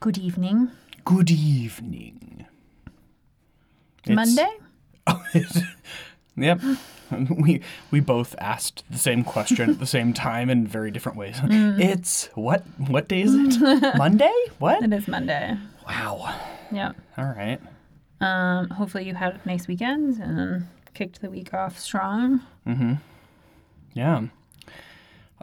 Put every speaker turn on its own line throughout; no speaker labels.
Good evening.
Good evening. It's- Oh,
Monday?
Yep. we we both asked the same question at the same time in very different ways.
Mm.
It's what what day is it? Monday? What?
It is Monday.
Wow.
Yeah.
All right.
Um, hopefully you had a nice weekend and kicked the week off strong.
Yeah.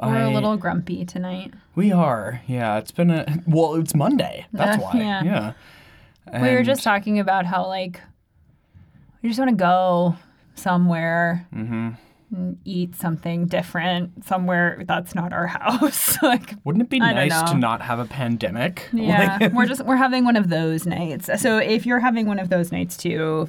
We're
I-
a little grumpy tonight.
We are. Yeah. It's been a well. It's Monday. That's
Uh,
why.
yeah.
Yeah.
we were
And-
just talking about how like we just want to go somewhere
Mm-hmm.
and eat something different somewhere that's not our house. like
Wouldn't it be
I don't
nice to
know.
not have a pandemic?
yeah,
Like-
we're just we're having one of those nights. So if you're having one of those nights too,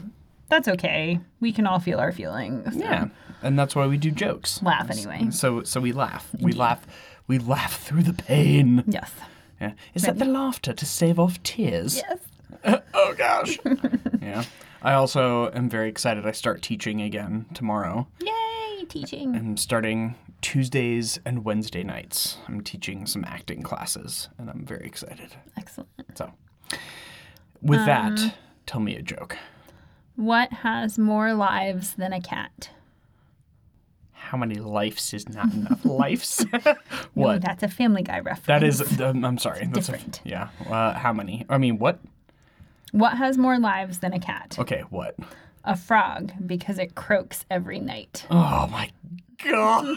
that's okay. We can all feel our feelings.
yeah. And that's why we do jokes.
Laugh anyway.
So so we laugh. We laugh. We laugh through the pain.
Yes.
Yeah. Is that the laughter to stave off tears?
Yes.
Oh gosh. yeah. I also am very excited. I start teaching again tomorrow.
Yay, teaching.
I'm starting Tuesdays and Wednesday nights. I'm teaching some acting classes, and I'm very excited.
Excellent.
So, with that, tell me a joke.
What has more lives than a cat?
How many lives is not enough lives? what?
Ooh, that's a Family Guy reference.
that is. Um, I'm sorry. That's a-
different.
yeah. Uh, how many? I mean, what?
What has more lives than a cat?
Okay, what?
A frog, because it croaks every night.
Oh my god.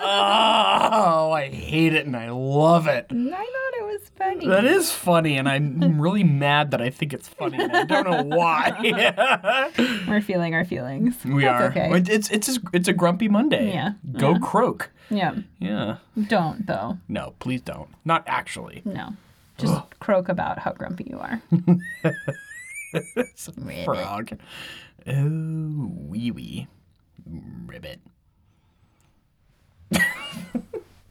oh, I hate it and I love it.
I thought it was funny.
That is funny, and I'm really mad that I think it's funny. And I don't know why.
We're feeling our feelings.
we
That's
are.
okay.
It- It's it's a, it's a grumpy Monday.
Yeah.
Go croak.
Yeah.
Yeah.
Don't, though.
No, please don't. Not actually.
No. Just croak about how grumpy you are.
Frog. Oh, wee wee. Ribbit.